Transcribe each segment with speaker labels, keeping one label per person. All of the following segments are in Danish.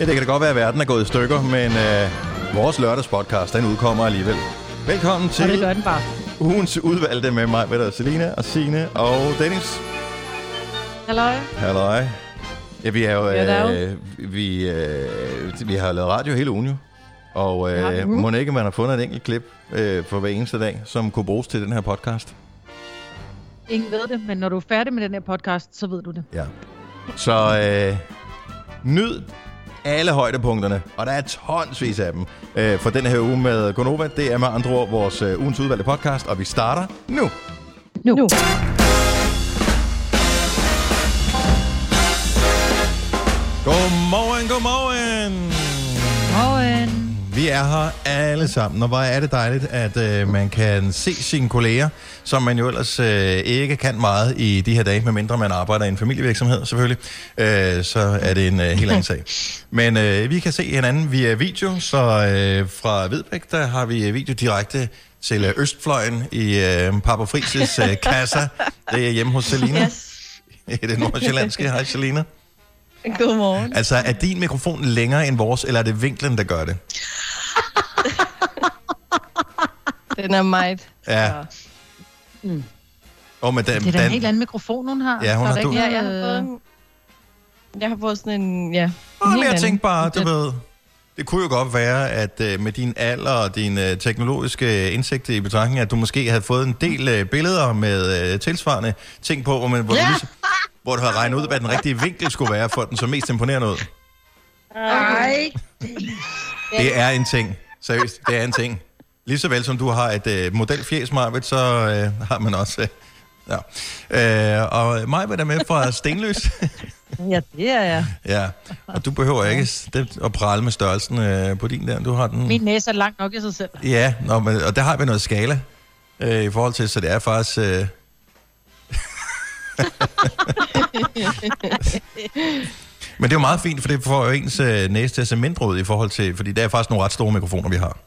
Speaker 1: Ja, det kan da godt være, at verden er gået i stykker, men øh, vores lørdagspodcast, den udkommer alligevel. Velkommen
Speaker 2: Og det
Speaker 1: til
Speaker 2: gør den bare.
Speaker 1: ugens udvalgte med mig, med Selina og Sine og Dennis.
Speaker 2: Halløj.
Speaker 1: Halløj. Ja, vi er jo...
Speaker 2: Ja, der er jo-
Speaker 1: Øh, vi, øh, vi har jo lavet radio hele ugen jo. Og
Speaker 2: har vi. Mm.
Speaker 1: øh, må ikke, man har fundet et enkelt klip øh, for hver eneste dag, som kunne bruges til den her podcast.
Speaker 2: Ingen ved det, men når du er færdig med den her podcast, så ved du det.
Speaker 1: Ja. Så øh, nyd alle højdepunkterne, og der er tonsvis af dem øh, for den her uge med Gonova. Det er med andre ord vores øh, ugens udvalgte podcast, og vi starter nu.
Speaker 2: Nu. nu.
Speaker 1: Godmorgen, godmorgen!
Speaker 2: Og en...
Speaker 1: Vi er her alle sammen, og hvor er det dejligt, at øh, man kan se sine kolleger, som man jo ellers øh, ikke kan meget i de her dage, medmindre man arbejder i en familievirksomhed selvfølgelig. Øh, så er det en øh, helt anden sag. Men øh, vi kan se hinanden via video, så øh, fra Vedbæk, der har vi øh, video direkte til øh, Østfløjen i øh, Papa Frises øh, kassa. Det er hjemme hos Selina. Yes. I det nordsjællandske. Hej, Selina.
Speaker 3: Godmorgen.
Speaker 1: Altså, er din mikrofon længere end vores, eller er det vinklen, der gør det?
Speaker 3: Den er meget.
Speaker 1: Ja.
Speaker 3: Så-
Speaker 1: Og med den,
Speaker 2: Det er da en
Speaker 1: den-
Speaker 2: helt anden mikrofon, hun har. øh,
Speaker 1: Ja, hun
Speaker 2: Der
Speaker 1: har-
Speaker 2: er
Speaker 1: du-
Speaker 2: ikke
Speaker 3: Ja, jeg har
Speaker 2: noget,
Speaker 3: fået en, jeg har fået sådan en, ja.
Speaker 1: Nå, men
Speaker 3: helt
Speaker 1: jeg
Speaker 3: anden.
Speaker 1: tænkte bare, du
Speaker 3: Den-
Speaker 1: ved, det kunne jo godt være, at øh, med din alder og din øh, teknologiske indsigt i betragtning, at du måske havde fået en del øh, billeder med øh, tilsvarende ting på, hvor, man, hvor, ja. du, lige- hvor du havde regnet ud, hvad den rigtige vinkel skulle være for den, så mest imponerende ud.
Speaker 4: Nej,
Speaker 1: Det er en ting. Seriøst, det er en ting. Lige så vel som du har et øh, modelfjes, Marvitt, så øh, har man også... Øh, ja. øh, og Majbet er med fra Stenløs.
Speaker 3: Ja, det er jeg.
Speaker 1: ja, og du behøver ikke s- det, at prale med størrelsen øh, på din der. Du har den...
Speaker 2: Min næse er langt nok i sig selv.
Speaker 1: Ja, nå, men, og der har vi noget skala øh, i forhold til, så det er faktisk... Øh... men det er jo meget fint, for det får jo ens øh, næse til at se mindre ud i forhold til... Fordi der er faktisk nogle ret store mikrofoner, vi har.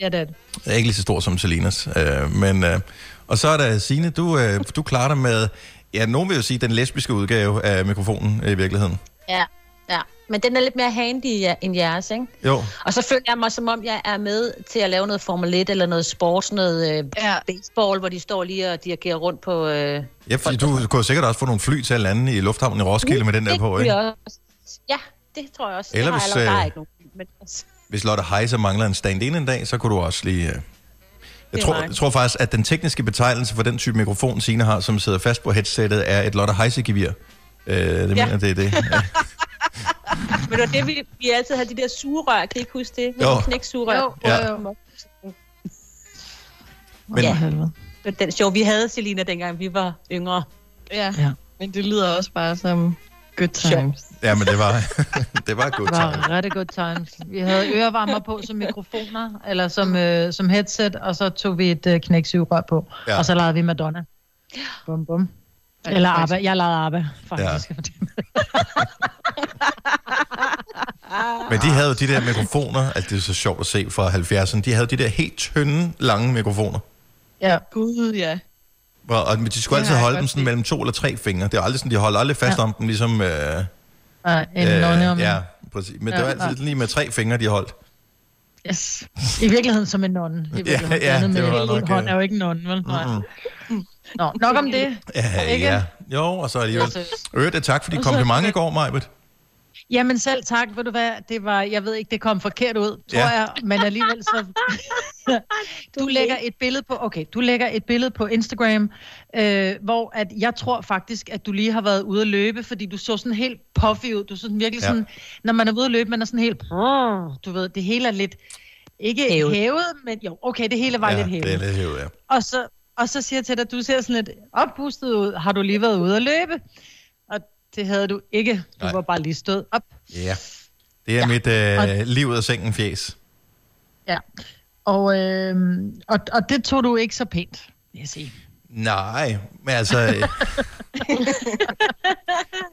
Speaker 2: Ja, det er det.
Speaker 1: Jeg er ikke lige så stor som Selinas. Øh, men, øh, og så er der Signe, du, øh, du klarer dig med... Ja, nogen vil jo sige den lesbiske udgave af mikrofonen øh, i virkeligheden.
Speaker 4: Ja, ja. Men den er lidt mere handy ja, end jeres, ikke?
Speaker 1: Jo,
Speaker 4: Og så føler jeg mig, som om jeg er med til at lave noget Formel 1 eller noget sport, sådan noget øh,
Speaker 3: Ja.
Speaker 4: baseball, hvor de står lige og dirigerer rundt på... Øh,
Speaker 1: ja, fordi du kunne sikkert også få nogle fly til at lande i lufthavnen i Roskilde med den der
Speaker 4: Mm, det
Speaker 1: på,
Speaker 4: kunne
Speaker 1: ikke?
Speaker 4: jeg også. Ja, det tror jeg også.
Speaker 1: Eller
Speaker 4: Eller jeg
Speaker 1: hvis,
Speaker 4: har allerede, der
Speaker 1: øh,
Speaker 4: er ikke nogen. Men, altså,
Speaker 1: hvis Lotte Heise mangler en stand-in en dag, så kunne du også lige... øh, Jeg
Speaker 3: er
Speaker 1: tror,
Speaker 3: mig.
Speaker 1: jeg tror faktisk, at den tekniske betegnelse for den type mikrofon, Signe har, som sidder fast på headsettet, er et Lotte Heise-gevir. Øh, det ja. mener det er det. Ja.
Speaker 4: men det var det, vi, vi altid havde de der sugerør. Kan I ikke huske det?
Speaker 1: Jo.
Speaker 4: Jo. Knæksugerør. Jo.
Speaker 1: Ja. Men,
Speaker 4: Ja.
Speaker 3: For helvede.
Speaker 4: Det var den show, vi havde, Selina, dengang vi var yngre.
Speaker 3: Ja.
Speaker 2: Ja.
Speaker 3: ja. Men det lyder også bare som good times.
Speaker 1: ja, men det var, det var et godt
Speaker 2: Det
Speaker 1: tegn.
Speaker 2: var rigtig godt times. Vi havde ørevarmer på som mikrofoner, eller som, øh, som headset, og så tog vi et øh, knæksyvrør på,
Speaker 1: Ja.
Speaker 2: ja. og så legede vi Madonna. Bum, bum. Eller ABBA. Jeg legede ABBA, faktisk. Ja.
Speaker 1: Men de havde jo de der mikrofoner, altså det er så sjovt at se fra 70'erne, de havde de der helt tynde, lange mikrofoner.
Speaker 3: Ja. Gud, ja.
Speaker 1: Og, og de skulle
Speaker 3: Det
Speaker 1: altid
Speaker 3: har jeg
Speaker 1: holde
Speaker 3: godt
Speaker 1: dem sådan
Speaker 3: set.
Speaker 1: mellem to eller tre fingre. Det er aldrig sådan, de holder aldrig fast ja.
Speaker 2: Ja.
Speaker 1: om dem, ligesom... Øh,
Speaker 2: Og en øh, nonne om...
Speaker 1: øh, ja, præcis. Men ja,
Speaker 3: Ja.
Speaker 1: det var altid lige med tre fingre, de holdt.
Speaker 2: Yes. I virkeligheden som en nonne. I virkeligheden.
Speaker 1: ja,
Speaker 2: Andet
Speaker 1: det
Speaker 2: med
Speaker 1: var
Speaker 2: en
Speaker 1: nok,
Speaker 2: hånd
Speaker 1: øh,
Speaker 2: er jo ikke en nonne, vel? Nej.
Speaker 1: Mm-mm.
Speaker 2: Nå, nok om det.
Speaker 1: Ja,
Speaker 2: Ikke?
Speaker 1: ja. Jo, og så alligevel. Øvrigt, øh, tak for de
Speaker 2: Og så-
Speaker 1: komplimenter i går, Majbet.
Speaker 2: Jamen selv tak, ved du hvad, det var, jeg ved ikke, det kom forkert ud, tror
Speaker 1: Ja.
Speaker 2: ja. jeg, men alligevel så... du lægger et billede på, okay, du lægger et billede på Instagram, øh, hvor at jeg tror faktisk, at du lige har været ude at løbe, fordi du så sådan helt puffy ud, du så sådan virkelig
Speaker 1: Ja.
Speaker 2: ja. sådan, når man er ude at løbe, man er sådan helt,
Speaker 4: Ah.
Speaker 2: du ved, det hele er lidt, ikke
Speaker 4: Hævet.
Speaker 2: hævet, men jo, okay, det hele var
Speaker 1: ja,
Speaker 2: ja, lidt hævet.
Speaker 1: det er lidt hævet, ja.
Speaker 2: Og så, og så siger jeg til dig, du ser sådan lidt oppustet ud. Har du lige været ude at løbe? Og det havde du ikke. Du
Speaker 1: Nej.
Speaker 2: Nej. var bare lige stået op.
Speaker 1: Ja. Det er ja. mit øh, liv ud af sengen fjes.
Speaker 2: Ja. Og, øh, og, og det tog du ikke så pænt, vil jeg sige.
Speaker 1: Nej, men altså... øh,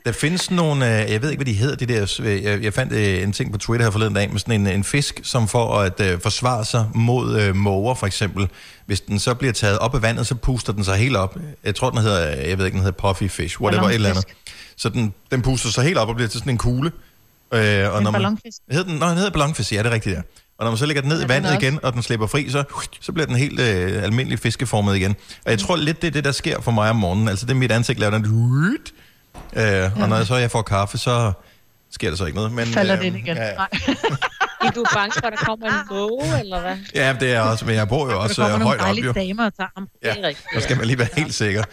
Speaker 1: der findes nogle, øh, jeg ved ikke, hvad de hedder, de der, øh, jeg, jeg fandt øh, en ting på Twitter her forleden dag, med sådan en, en fisk, som for at øh, forsvare sig mod øh, måger, for eksempel. Hvis den så bliver taget op af vandet, så puster den sig helt op. Jeg tror, den hedder, øh, jeg ved ikke, den hedder puffy fish, whatever, et eller andet.
Speaker 2: Ballonfisk.
Speaker 1: Så den, den puster sig helt op og bliver til sådan en kugle. Øh, og
Speaker 2: En
Speaker 1: når man,
Speaker 2: ballonfisk.
Speaker 1: hed den, Nå, den hedder ballonfisk, ja, det er rigtigt, ja. Og når man så lægger den ned i
Speaker 3: den
Speaker 1: vandet
Speaker 3: også.
Speaker 1: igen, og den slipper fri, så, så bliver den helt øh, almindelig fiskeformet igen. Og jeg tror lidt, det er det, der sker for mig om morgenen. Altså, det er mit ansigt, laver den... Øh, og når jeg så jeg får kaffe, så sker der så ikke noget. Men,
Speaker 2: Falder
Speaker 1: øh,
Speaker 2: det ind igen.
Speaker 1: Ja,
Speaker 2: Nej.
Speaker 4: Er du bange for, at der kommer en måge, eller hvad?
Speaker 1: ja, det er jeg også, men jeg bor jo
Speaker 2: Der
Speaker 1: også
Speaker 2: kommer
Speaker 1: øh,
Speaker 2: nogle
Speaker 1: højt op,
Speaker 2: dejlige
Speaker 1: jo.
Speaker 2: damer og tager ham.
Speaker 4: Ja.
Speaker 1: Ja.
Speaker 4: Det er rigtigt.
Speaker 1: Så skal man lige være helt sikker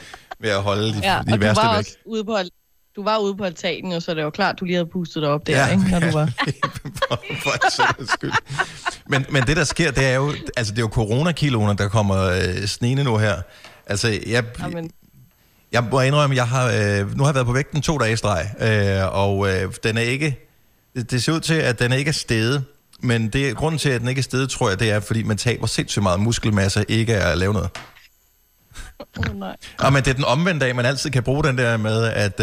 Speaker 1: ved at holde de,
Speaker 3: Ja,
Speaker 1: de
Speaker 3: og du
Speaker 1: værste
Speaker 3: var
Speaker 1: væk.
Speaker 3: også ude på, al- du var ude på altanen, og så er det jo klart, du lige havde pustet dig op der,
Speaker 1: Ja.
Speaker 3: ikke, når du var...
Speaker 1: for, for en sikkerheds skyld. Men, men det, der sker, det er jo, altså, det er jo coronakiloene, der kommer øh, snene nu her. Altså, jeg,
Speaker 3: Jamen,
Speaker 1: jeg må indrømme, jeg har, øh, nu har jeg været på vægten to dage i streg, øh, og øh, den er ikke, det, det ser ud til, at den ikke er steget, men det, grunden til, at den ikke er steget, tror jeg, det er, fordi man taber sindssygt meget muskelmasse, ikke af at lave noget.
Speaker 3: oh, nej.
Speaker 1: Og men det er den omvendte af, man altid kan bruge den der med, at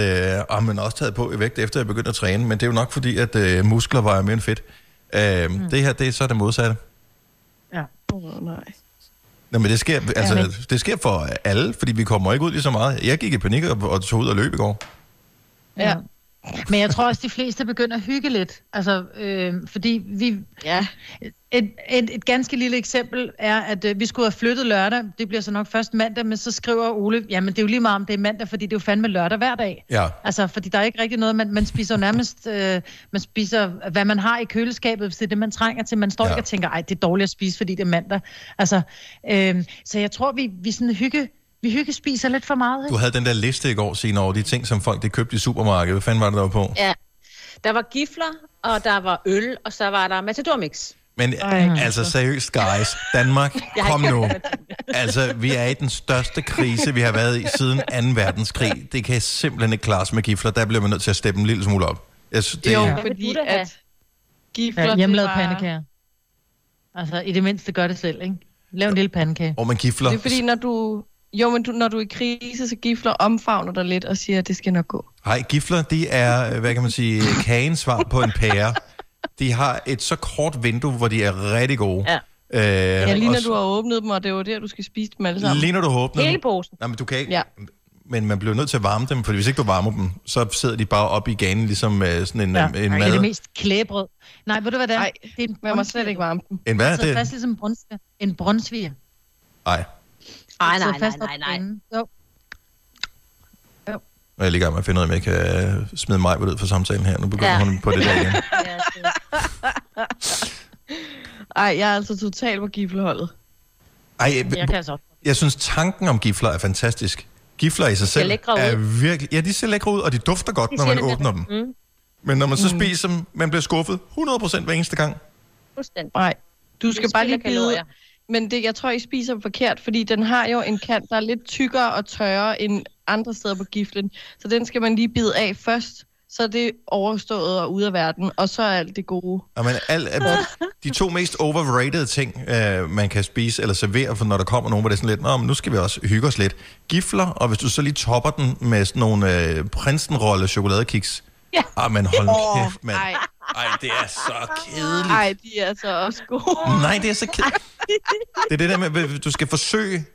Speaker 1: øh, åh, man er også taget på i vægt, efter jeg begyndte at træne, men det er jo nok fordi, at øh, muskler vejer mere end fedt. Øh, mm. Det her, det er så det modsatte.
Speaker 3: Oh, nej.
Speaker 1: Nå, men det sker, altså,
Speaker 3: Ja,
Speaker 1: ja, men... det sker for alle, fordi vi kommer ikke ud lige så meget. Jeg gik i panik og, og tog ud og løb i går.
Speaker 3: Ja.
Speaker 2: Men jeg tror også, de fleste begynder at hygge lidt. Altså, øh, fordi vi,
Speaker 3: Ja.
Speaker 2: Et, et, et ganske lille eksempel er, at øh, vi skulle have flyttet lørdag. Det bliver så nok først mandag, men så skriver Ole, jamen det er jo lige meget om det er mandag, fordi det er jo fandme lørdag hver dag.
Speaker 1: Ja.
Speaker 2: Altså, fordi der er ikke rigtig noget, man, man spiser jo nærmest, øh, man spiser, hvad man har i køleskabet, hvis det er det, man trænger til. Man står
Speaker 1: Ja.
Speaker 2: ja. ikke og tænker, ej, det er dårligt at spise, fordi det er mandag. Altså, øh, så jeg tror, vi, vi sådan hygge, vi hygge spiser lidt for meget.
Speaker 1: Du
Speaker 2: Ikke?
Speaker 1: havde den der liste i går, Signe, over de ting, som folk de købte i supermarkedet. Hvad fanden var det, der var på?
Speaker 4: Ja. Der var gifler, og der var øl, og så var der Matador Mix.
Speaker 1: Men Ej, altså seriøst, guys. Danmark, kom nu. Altså, vi er i den største krise, vi har været i siden 2. verdenskrig. Det kan simpelthen ikke klares med gifler. Der bliver man nødt til at steppe en lille smule op. Jeg synes, det,
Speaker 3: Jo,
Speaker 1: jo.
Speaker 4: Hvad vil
Speaker 3: fordi
Speaker 4: du da have?
Speaker 3: at... Gifler,
Speaker 2: Ja,
Speaker 3: det
Speaker 2: hjemmelavet
Speaker 3: var-
Speaker 2: pandekager. Altså, i det mindste gør det selv, ikke? Lav en lille pandekage.
Speaker 1: Og man gifler.
Speaker 3: Det er fordi, når du... Jo, men du, når du er i krise, så gifler omfavner dig lidt og siger, at det skal nok gå.
Speaker 1: Hej, gifler, de er, hvad kan man sige, kagens svar på en pære. De har et så kort vindue, hvor de er rigtig gode.
Speaker 4: Ja.
Speaker 1: Øh,
Speaker 3: Ja, lige når
Speaker 1: og
Speaker 3: du har åbnet dem, og det er jo der, du skal spise dem alle
Speaker 1: s-
Speaker 3: sammen.
Speaker 1: Lige når du har åbnet
Speaker 4: Hele
Speaker 1: dem.
Speaker 4: posen.
Speaker 1: Nej, men du kan ikke. Ja.
Speaker 3: Ja.
Speaker 1: Men man bliver nødt til at varme dem, for hvis ikke du varmer dem, så sidder de bare op i ganen, ligesom øh, sådan en, ja. en, en
Speaker 2: Det er det
Speaker 1: mad.
Speaker 2: mest klæbrød. Nej, ved du hvad det er?
Speaker 3: Nej,
Speaker 2: det er en
Speaker 3: Man må slet ikke varme dem.
Speaker 1: En hvad?
Speaker 2: Så det... fast
Speaker 1: Det?
Speaker 2: ligesom en brunsviger. En brunsviger.
Speaker 1: Nej,
Speaker 4: Nej,
Speaker 2: Sidder
Speaker 4: nej, nej,
Speaker 2: fast op
Speaker 4: nej,
Speaker 2: i
Speaker 4: nej.
Speaker 2: panden. Jo.
Speaker 1: Og jeg er lige i gang med at finde ud af, om jeg kan øh, smide mig ud for samtalen her. Nu begynder ja.
Speaker 4: Ja.
Speaker 1: hun på det der igen.
Speaker 4: Ja, det-
Speaker 3: Ej, jeg er altså totalt på gifleholdet.
Speaker 1: Ej,
Speaker 2: Jeg kan altså også.
Speaker 1: Jeg synes, tanken om gifler er fantastisk. Gifler i sig selv
Speaker 4: lækre ud.
Speaker 1: er virkelig... Ja, de ser lækre ud, og de dufter godt, de
Speaker 4: De
Speaker 1: når
Speaker 4: ser
Speaker 1: man
Speaker 4: lidt
Speaker 1: åbner dem.
Speaker 4: Mm,
Speaker 1: Men når man så spiser dem, man bliver skuffet 100% hver eneste gang.
Speaker 4: fuldstændig.
Speaker 3: Nej, du
Speaker 4: Vi
Speaker 3: skal bare lige
Speaker 4: spilder
Speaker 3: bide.
Speaker 4: kalorier.
Speaker 3: Men det, jeg tror, I spiser dem forkert, fordi den har jo en kant, der er lidt tykkere og tørre end andre steder på giflen. Så den skal man lige bide af først, så er det overstået og ude af verden, og så er alt det gode.
Speaker 1: Og man, al, al, de to mest overrated ting, øh, man kan spise eller servere, for når der kommer nogen, hvor det er sådan lidt, Nå, men nu skal vi også hygge os lidt. Gifler, og hvis du så lige topper den med sådan nogle øh, prinsenrolle chokoladekiks.
Speaker 4: Ja.
Speaker 1: Ah, men hold oh, kæft, mand.
Speaker 3: Nej,
Speaker 1: Ej, det er så kedeligt.
Speaker 3: nej, de er altså også gode.
Speaker 1: Nej, det er så kedeligt. Det er det der med, at du skal forsøge...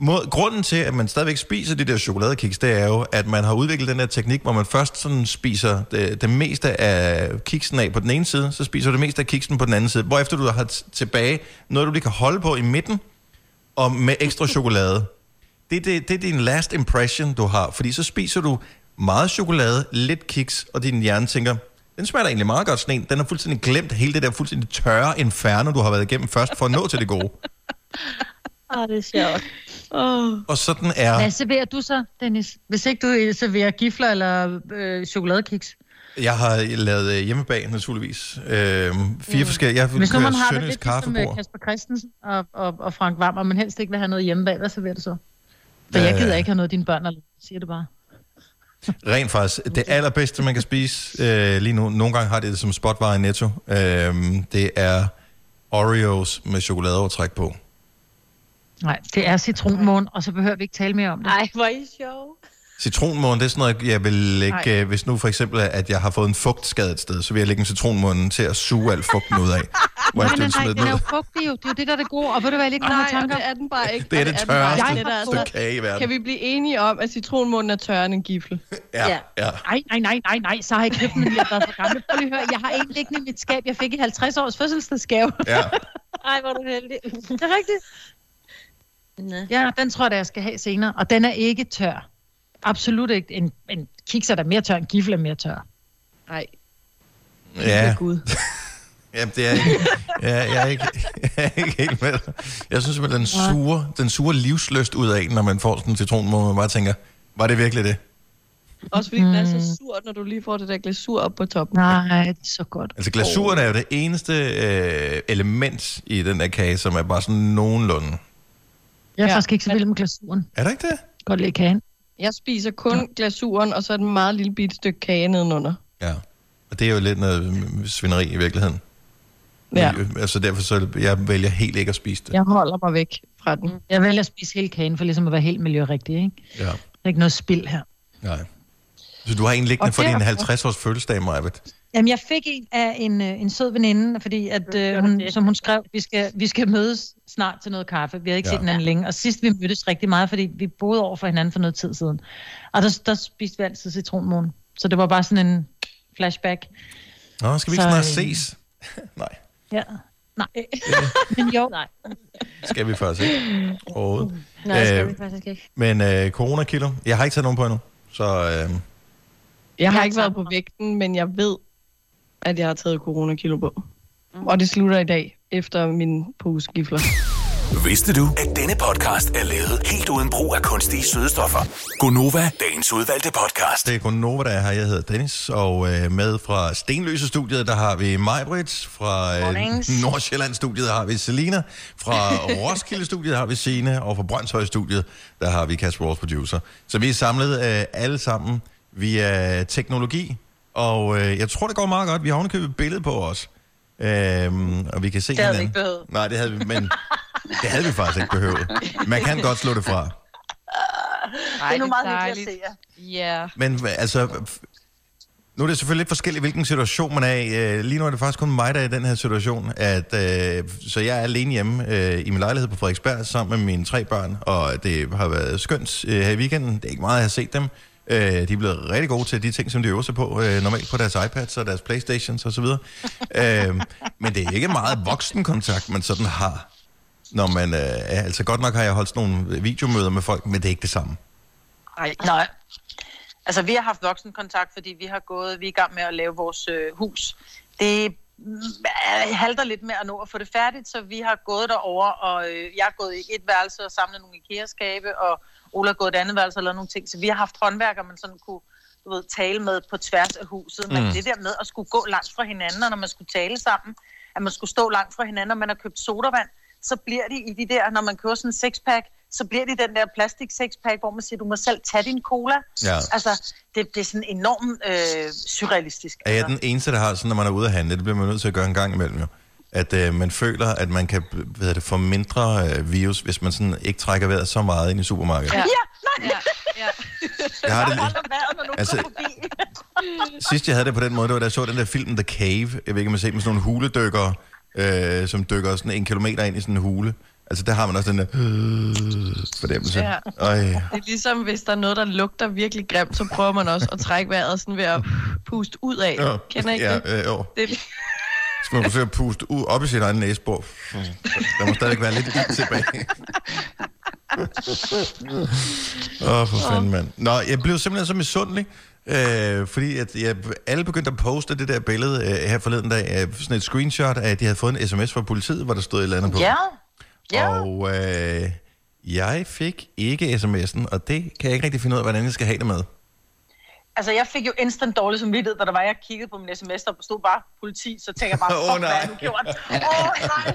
Speaker 1: Mod, grunden til, at man stadigvæk spiser de der chokoladekiks, det er jo, at man har udviklet den der teknik, hvor man først sådan spiser øh, det, det meste af kiksen af på den ene side, så spiser du det meste af kiksen på den anden side, hvorefter du har t- tilbage noget, du lige kan holde på i midten, og med ekstra chokolade. Det, er det, det er din last impression, du har, fordi så spiser du meget chokolade, lidt kiks, og din hjerne tænker, den smager da egentlig meget godt, sådan en. Den har fuldstændig glemt hele det der fuldstændig tørre inferno, du har været igennem først, for at nå til det gode.
Speaker 4: Åh, det er sjovt.
Speaker 3: Oh.
Speaker 1: Og sådan er,
Speaker 2: Hvad serverer du så, Dennis? Hvis ikke du øh, serverer gifler eller øh, chokoladekiks.
Speaker 1: jeg har lavet øh, hjemmebag, naturligvis. Øh, fire forskellige, jeg har
Speaker 2: Hvis nu man
Speaker 1: kørt
Speaker 2: har det
Speaker 1: Sønderjysk
Speaker 2: lidt ligesom øh,
Speaker 1: kaffebord.
Speaker 2: Kasper Christensen og, og, og Frank Vammer, men helst ikke vil have noget hjemme bag, hvad serverer du så? For
Speaker 1: Ja,
Speaker 2: jeg gider
Speaker 1: ja.
Speaker 2: ikke have noget af dine børn, eller siger det bare.
Speaker 1: Rent faktisk, det allerbedste, man kan spise øh, lige nu, nogle gange har det det som spotvare i Netto, øh, det er Oreos med chokoladeovertræk på.
Speaker 2: Nej, det er citronmåne, og så behøver vi ikke tale mere om det.
Speaker 4: Nej, hvor er I sjov.
Speaker 1: Citronmåne, det er sådan noget, jeg vil lægge,
Speaker 3: Nej.
Speaker 1: øh, hvis nu for eksempel, at jeg har fået en fugtskade et sted, så vil jeg lægge en citronmåne til at suge al fugten ud af. Hvor jeg
Speaker 2: Nej, nej,
Speaker 1: skal
Speaker 2: nej,
Speaker 1: smide
Speaker 2: den
Speaker 1: den
Speaker 2: er
Speaker 1: ud.
Speaker 2: jo fugtig jo. Det er jo det, der er det gode. Og ved du hvad, jeg lige kommer i
Speaker 3: Nej, og
Speaker 2: tanker?
Speaker 3: det er den bare ikke.
Speaker 1: Det er
Speaker 3: Og
Speaker 1: det
Speaker 3: den bare ikke.
Speaker 1: tørreste
Speaker 3: Det er der altså.
Speaker 1: stykke kage i
Speaker 3: Kan
Speaker 1: verden.
Speaker 3: vi blive enige om, at citronmunden er tørre end en gifle?
Speaker 1: Ja,
Speaker 4: Ja.
Speaker 1: ja.
Speaker 2: Nej, nej, nej, nej, nej, så har jeg købt den, men jeg har været for gammel. Prøv lige at høre, jeg har en liggende i mit skab, jeg fik i 50 års fødselsdagsgave.
Speaker 1: ja.
Speaker 4: Ej, hvor er du heldig.
Speaker 2: Det er rigtigt.
Speaker 4: Nå.
Speaker 2: Ja, den tror jeg, da, jeg skal have senere. Og den er ikke tør. Absolut ikke. En, en kiks er da mere tør, en gifle er mere tør.
Speaker 3: Nej,
Speaker 1: ja.
Speaker 3: gud.
Speaker 1: Jamen, det er jeg ikke, ja, jeg er ikke, jeg er ikke helt med dig. Jeg synes simpelthen, den sure, den sure livsløst ud af, en, når man får sådan en citron, hvor man bare tænker, var det virkelig det?
Speaker 3: Også fordi den er så sur, når du lige får det der glasur op på toppen.
Speaker 2: Nej, det er så godt.
Speaker 1: Altså glasuren er jo det eneste øh, element i den der kage, som er bare sådan nogenlunde.
Speaker 2: Jeg er
Speaker 3: Ja.
Speaker 2: ja. faktisk ikke så vild med glasuren.
Speaker 1: Er det ikke det?
Speaker 2: Godt lide kagen.
Speaker 3: Jeg spiser kun glasuren, og så er den meget lille bitte stykke kage nedenunder.
Speaker 1: Ja. Og det er jo lidt noget mm, svineri i virkeligheden.
Speaker 3: Ja,
Speaker 1: Altså derfor så jeg vælger helt ikke at spise det.
Speaker 3: jeg holder mig væk fra den.
Speaker 2: Jeg vælger at spise hele kagen, for ligesom at være helt miljørigtig, ikke?
Speaker 1: Ja.
Speaker 2: Der er ikke noget spild her.
Speaker 1: Nej. Så du har en liggende
Speaker 3: Og
Speaker 1: for din
Speaker 3: derfor-
Speaker 1: 50-års fødselsdag, Majbet.
Speaker 2: Jamen, jeg fik en af en, øh, en sød veninde, fordi at, øh, hun, som hun skrev, vi skal, vi skal mødes snart til noget kaffe. Vi har ikke
Speaker 1: Ja.
Speaker 2: ja. set hinanden længe, og sidst vi mødtes rigtig meget, fordi vi boede over for hinanden for noget tid siden. Og der, der spiste vi altid citronmåne. Så det var bare sådan en flashback.
Speaker 1: Nå, skal vi ikke
Speaker 2: Så,
Speaker 1: snart
Speaker 2: øh,
Speaker 1: ses? Nej,
Speaker 2: Ja. Nej. Men jo.
Speaker 4: Nej,
Speaker 1: skal vi først ikke. Overhovedet.
Speaker 4: nej, det skal
Speaker 1: Øh,
Speaker 4: vi faktisk ikke.
Speaker 1: Men øh, coronakilder, jeg har ikke taget nogen på endnu. Så øh,
Speaker 3: Jeg har
Speaker 4: Jeg
Speaker 3: ikke været
Speaker 4: tager
Speaker 3: på vægten, men jeg ved, at jeg har taget coronakilo på. Og det slutter i dag, efter min pose gifler.
Speaker 5: Vidste du, at denne podcast er lavet helt uden brug af kunstige sødestoffer? Gonova, dagens udvalgte podcast.
Speaker 1: det er kun Nova, der er her. Jeg hedder Dennis, og øh, med fra Stenløse Studiet, der har vi Majbrit. Fra øh, Nordsjælland Studiet har vi Selina. Fra Roskilde Studiet har vi Sine. Og fra Brøndshøj Studiet, der har vi Kasper, vores producer. Så vi er samlet øh, alle sammen via teknologi. Og øh, jeg tror, det går meget godt. Vi har ovenikøbet et billede på os. Øhm, og vi kan se det
Speaker 4: havde vi
Speaker 1: hinanden.
Speaker 4: ikke behøvet.
Speaker 1: Nej, det havde vi, men det havde vi faktisk ikke behøvet. Man kan godt slå det fra.
Speaker 3: Ej,
Speaker 4: Det er nu meget hyggeligt at se jer.
Speaker 3: Ja.
Speaker 1: Men hva- altså, f- nu er det selvfølgelig lidt forskelligt, hvilken situation man er i. Øh, Lige nu er det faktisk kun mig, der er i den her situation. At, øh, så jeg er alene hjemme øh, i min lejlighed på Frederiksberg sammen med mine tre børn, og det har været skønt øh, her i weekenden. Det er ikke meget, jeg har set dem. Øh, de er blevet rigtig gode til de ting, som de øver sig på, øh, normalt på deres iPads og deres Playstations osv. øh, men det er ikke meget voksenkontakt, man sådan har. Når man, øh, er- altså godt nok har jeg holdt sådan nogle videomøder med folk, men det er ikke det samme.
Speaker 6: Nej. Nej. Altså, vi har haft voksenkontakt, fordi vi har gået, vi er i gang med at lave vores øh, hus. Det mm, øh, halter lidt med at nå at få det færdigt, så vi har gået derover og øh, jeg har gået i et værelse og samlet nogle IKEA-skabe, og Ola har gået et andet værelse og lavet nogle ting. Så vi har haft håndværker, man sådan kunne du ved, tale med på tværs af huset. Men
Speaker 1: Mm.
Speaker 6: mm. det der med at skulle gå langt fra hinanden, og når man skulle tale sammen, at man skulle stå langt fra hinanden, og man har købt sodavand, så bliver det i de der, når man køber sådan en sixpack, så bliver det i den der plastik sixpack, hvor man siger, du må selv tage din cola.
Speaker 1: Ja.
Speaker 6: Altså, det, det er sådan enormt øh, surrealistisk.
Speaker 1: Er jeg
Speaker 6: altså.
Speaker 1: den eneste, der har sådan, når man er ude at handle? Det bliver man nødt til at gøre en gang imellem jo. At øh, man føler, at man kan hvad hedder det, få mindre øh, virus, hvis man sådan ikke trækker vejret så meget ind i supermarkedet. Ja.
Speaker 3: Ja.
Speaker 6: Ja, nej,
Speaker 3: Ja, ja.
Speaker 1: Jeg har det,
Speaker 6: hold om vejret, når nogen
Speaker 1: Altså-
Speaker 6: altså... går forbi.
Speaker 1: sidst jeg havde det på den måde, det var da jeg så den der film The Cave. Jeg ved ikke, om man ser med sådan nogle huledykkere, øh, som dykker sådan en kilometer ind i sådan en hule. Altså der har man også den der øh, fornemmelse. Ja.
Speaker 3: Ja.
Speaker 1: Øj.
Speaker 3: Det er ligesom, hvis der er noget, der lugter virkelig grimt, så prøver man også at trække vejret sådan ved at puste ud af.
Speaker 1: Ja.
Speaker 3: Kender I ikke
Speaker 1: ja,
Speaker 3: det?
Speaker 1: øh, jo.
Speaker 3: det?
Speaker 1: Skal man forsøge at puste u- op i sin egen næsebor? Mm. Der må stadigvæk være lidt ild tilbage. Åh, oh, for fanden, mand. Nå, jeg blev simpelthen så misundelig, øh, fordi at jeg, alle begyndte at poste det der billede øh, her forleden dag, øh, sådan et screenshot af, at de havde fået en sms fra politiet, hvor der stod et eller andet på.
Speaker 6: Ja, ja.
Speaker 1: Og øh, jeg fik ikke sms'en, og det kan jeg ikke rigtig finde ud af, hvordan jeg skal have det med.
Speaker 6: Altså, jeg fik jo instant dårlig samvittighed, da der var, jeg kiggede på min sms, der stod bare politi, så tænker jeg bare,
Speaker 1: Åh,
Speaker 6: fuck, oh, hvad har jeg nu
Speaker 1: nej.
Speaker 6: gjort? Åh, oh, nej,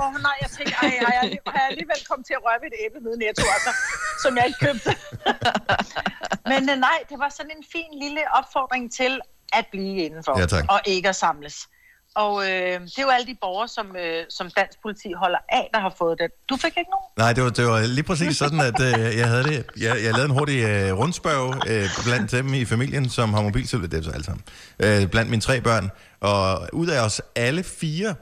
Speaker 6: åh, oh, nej, jeg tænker, ej, ej, ej, har jeg alligevel kommet til at røre ved et æble nede i Netto, altså, som jeg ikke købte. Men øh, nej, det var sådan en fin lille opfordring til at blive indenfor,
Speaker 1: Ja, tak.
Speaker 6: og ikke at samles. Og øh, det er jo alle de borgere, som, øh, som dansk politi holder af, der har fået den. Du fik ikke nogen?
Speaker 1: Nej, det var, det var lige præcis sådan, at øh, jeg havde det. Jeg, jeg lavede en hurtig øh, rundspørg øh, blandt dem i familien, som har mobiltelefon. Det er så alle sammen. Øh, blandt mine tre børn. Og ud af os alle fire,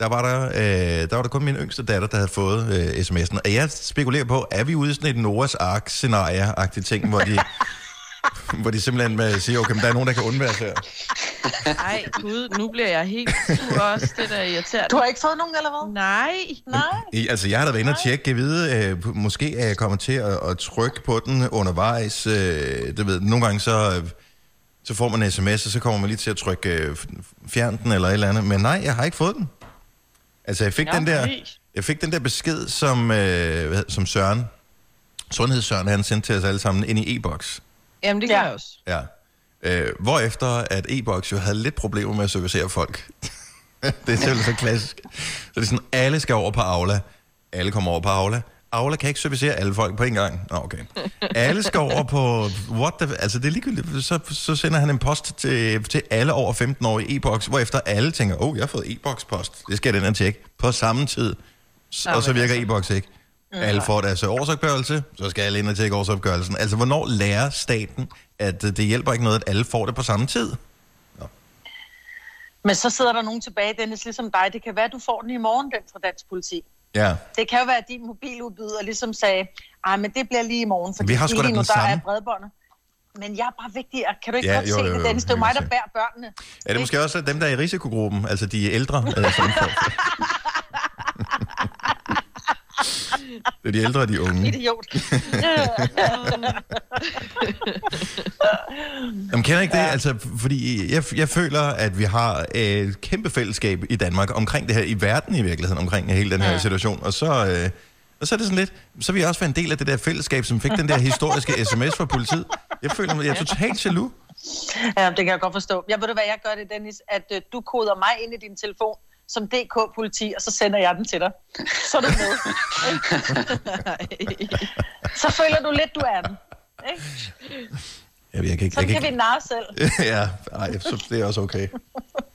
Speaker 1: der var der, øh, der var der kun min yngste datter, der havde fået øh, sms'en. Og jeg spekulerer på, er vi ude i sådan et Noras Ark-scenarie-agtigt ting, hvor de, hvor de simpelthen øh, siger, okay, men der er nogen, der kan undvære sig.
Speaker 3: Ej, gud, nu bliver jeg helt sur også. Det der er irriterende.
Speaker 6: Du har ikke fået nogen, eller hvad?
Speaker 3: Nej.
Speaker 6: Nej.
Speaker 1: I, altså, jeg har da været inde og tjekke, jeg ved, øh, måske er jeg kommet til at, at trykke på den undervejs. Øh, det ved, nogle gange så, øh, så får man en sms, og så kommer man lige til at trykke øh, fjern den eller et eller andet. Men nej, jeg har ikke fået den. Altså, jeg fik,
Speaker 3: Nå,
Speaker 1: den, der,
Speaker 3: præcis.
Speaker 1: jeg fik den der besked, som, øh, hvad hed- som Søren, Sundhedssøren, han sendte til os alle sammen ind i e-boks.
Speaker 3: Jamen, det kan
Speaker 6: Ja.
Speaker 3: ja. jeg også.
Speaker 1: Ja. Øh, hvorefter at e-boks jo havde lidt problemer med at servicere folk. det er selvfølgelig så klassisk. Så det er sådan, alle skal over på Aula. Alle kommer over på Aula. Aula kan ikke servicere alle folk på en gang. Nå, okay. Alle skal over på... What the, altså, det er ligegyldigt. Så, så sender han en post til, til alle over 15 år i e-boks, hvorefter alle tænker, åh, oh, jeg har fået e-boks-post. Det skal jeg den her tjekke. På samme tid. S- og så virker e-boks ikke. Alle får deres øh, årsopgørelse, så skal alle ind og tjekke årsopgørelsen. Altså, hvornår lærer staten, at øh, det hjælper ikke noget, at alle får det på samme tid?
Speaker 6: Men så sidder der nogen tilbage, Dennis, ligesom dig. Det kan være, du får den i morgen, den fra dansk politi.
Speaker 1: Ja.
Speaker 6: Det kan jo være, at din mobiludbyder ligesom sagde, ej, men det bliver lige i morgen, fordi
Speaker 1: Vi har sgu da
Speaker 6: lige nu,
Speaker 1: den
Speaker 6: der er
Speaker 1: samme."
Speaker 6: bredbåndet. Men jeg er bare vigtig, og kan du ikke
Speaker 1: Ja,
Speaker 6: ja, godt
Speaker 1: jo,
Speaker 6: jo, se
Speaker 1: jo, jo,
Speaker 6: det, Dennis? Det er jo
Speaker 1: jeg
Speaker 6: mig,
Speaker 1: kan
Speaker 6: der bærer børnene.
Speaker 1: Er det måske også dem, der er i risikogruppen, altså de ældre? Øh, som får... det er de ældre og de unge.
Speaker 6: Idiot.
Speaker 1: Jamen, kender I ikke det? Altså, fordi jeg, jeg føler, at vi har øh, et kæmpe fællesskab i Danmark omkring det her, i verden i virkeligheden, omkring hele den her situation. Og så, øh, og så er det sådan lidt, så vil jeg også være en del af det der fællesskab, som fik den der historiske sms fra politiet. Jeg føler mig, jeg er totalt jaloux.
Speaker 6: Ja, det kan jeg godt forstå. Jeg ved du hvad, jeg gør det, Dennis, at øh, du koder mig ind i din telefon som DK-politi, og så sender jeg den til dig. Så er du med. Ikke? så føler du lidt, du er den. Ikke?
Speaker 1: Jeg, jeg kan ikke,
Speaker 6: Så
Speaker 1: jeg
Speaker 6: kan
Speaker 1: kan
Speaker 6: vi
Speaker 1: ikke.
Speaker 6: narre selv.
Speaker 1: ja, ej, jeg synes, det er også okay.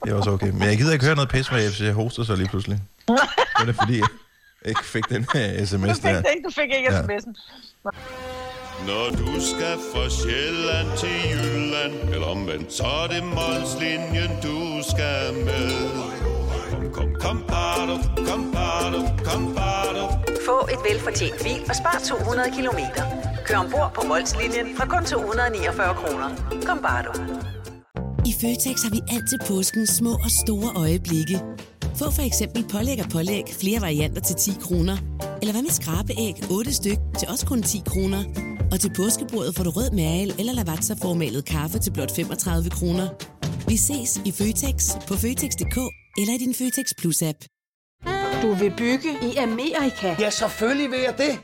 Speaker 1: Det er også okay. Men jeg gider ikke høre noget pis med, hvis jeg hoster så lige pludselig. Det er det, fordi jeg ikke fik den her
Speaker 6: Du
Speaker 1: sms
Speaker 6: fik,
Speaker 1: der.
Speaker 6: det ikke, du fik ikke
Speaker 1: Ja.
Speaker 6: sms'en.
Speaker 7: Når du skal fra Sjælland til Jylland Eller omvendt, så er det Molslinjen, du skal med Kom, kom, kom, bado, kom, bado, kom, bado.
Speaker 8: Få et velfortjent bil og spar 200 kilometer. Kør ombord på Molslinjen fra kun 249 kroner. Kom bare du.
Speaker 9: I Føtex har vi altid påsken små og store øjeblikke. Få for eksempel pålæg og pålæg flere varianter til 10 kroner. Eller hvad med skrabeæg 8 styk til også kun 10 kroner. Og til påskebordet får du rød mal eller lavatserformalet kaffe til blot 35 kroner. Vi ses i Føtex på Føtex.dk eller i din Føtex Plus-app.
Speaker 10: Du vil bygge i Amerika?
Speaker 11: Ja, selvfølgelig vil jeg det.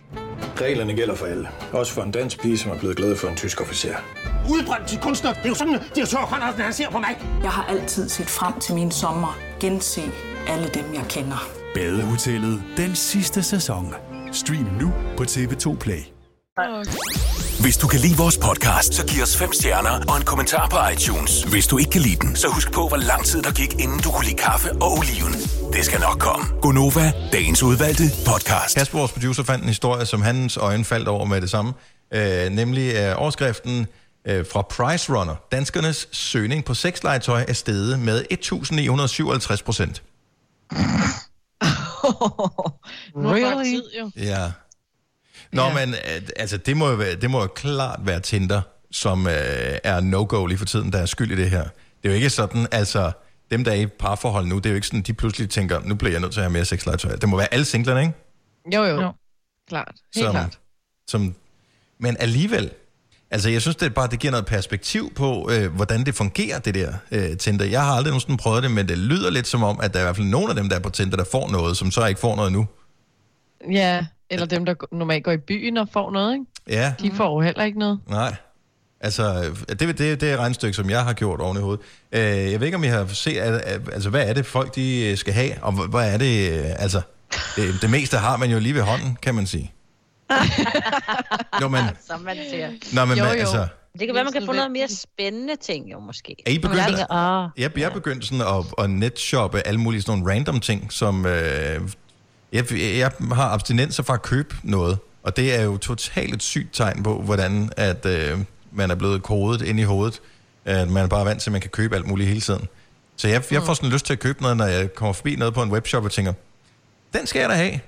Speaker 12: Reglerne gælder for alle. Også for en dansk pige, som er blevet glad for en tysk officer.
Speaker 11: Udbrændt til kunstner. Det er jo sådan, at direktør Conradsen, han ser på mig.
Speaker 10: Jeg har altid set frem til min sommer. Gense alle dem, jeg kender.
Speaker 5: Badehotellet den sidste sæson. Stream nu på TV2 Play.
Speaker 12: Hvis du kan lide vores podcast, så giv os fem stjerner og en kommentar på iTunes. Hvis du ikke kan lide den, så husk på, hvor lang tid der gik, inden du kunne lide kaffe og oliven. Det skal nok komme.
Speaker 5: Gonova, dagens udvalgte podcast.
Speaker 1: Kasper, vores producer, fandt en historie, som hans øjne faldt over med det samme. Øh, nemlig øh, overskriften øh, fra Price Runner. Danskernes søgning på sexlegetøj er steget med 1957 procent.
Speaker 3: Nu er der bare
Speaker 2: Really?
Speaker 3: tid, jo.
Speaker 1: Ja. Nå, ja. men øh, altså, det må, jo være, det må jo klart være Tinder, som øh, er no-go lige for tiden, der er skyld i det her. Det er jo ikke sådan, altså, dem der er i parforhold nu, det er jo ikke sådan, de pludselig tænker, nu bliver jeg nødt til at have mere sexlegetøj. Det må være alle singlerne, ikke?
Speaker 3: Jo, jo.
Speaker 2: Jo.
Speaker 3: Klart. Helt
Speaker 1: som,
Speaker 3: klart.
Speaker 1: Som, men alligevel, altså jeg synes det er bare, det giver noget perspektiv på, øh, hvordan det fungerer, det der øh, Tinder. Jeg har aldrig nogensinde prøvet det, men det lyder lidt som om, at der er i hvert fald nogen af dem, der er på Tinder, der får noget, som så ikke får noget nu.
Speaker 3: Ja, eller dem, der gå- normalt går i byen og får noget, ikke?
Speaker 1: Ja,
Speaker 3: De får jo heller ikke noget.
Speaker 1: nej. Altså, øh, det, det, det er regnstykke, som jeg har gjort oven i hovedet. Øh, jeg ved ikke, om I har set, al- al- altså, hvad er det, folk de øh, skal have, og hv- hvad er det, øh, altså, det, det meste har man jo lige ved hånden, kan man sige. Nå, men,
Speaker 4: Som man siger.
Speaker 1: nå, men
Speaker 3: Jo,
Speaker 1: jo,
Speaker 3: jo.
Speaker 1: altså,
Speaker 4: Det kan være, man kan få noget mere spændende ting, jo måske.
Speaker 1: Er I
Speaker 4: Hvor man
Speaker 1: begyndt, jeg,
Speaker 4: tænker, ah,
Speaker 1: jeg, jeg er begyndt sådan at, at netshoppe alle mulige sådan nogle random ting, som... Øh, jeg, jeg har abstinenser fra at købe noget, og det er jo totalt et sygt tegn på, hvordan at, øh, man er blevet kodet ind i hovedet. At man er bare vant til, at man kan købe alt muligt hele tiden. Så jeg, jeg får sådan lyst til at købe noget, når jeg kommer forbi noget på en webshop og tænker, den skal jeg da have.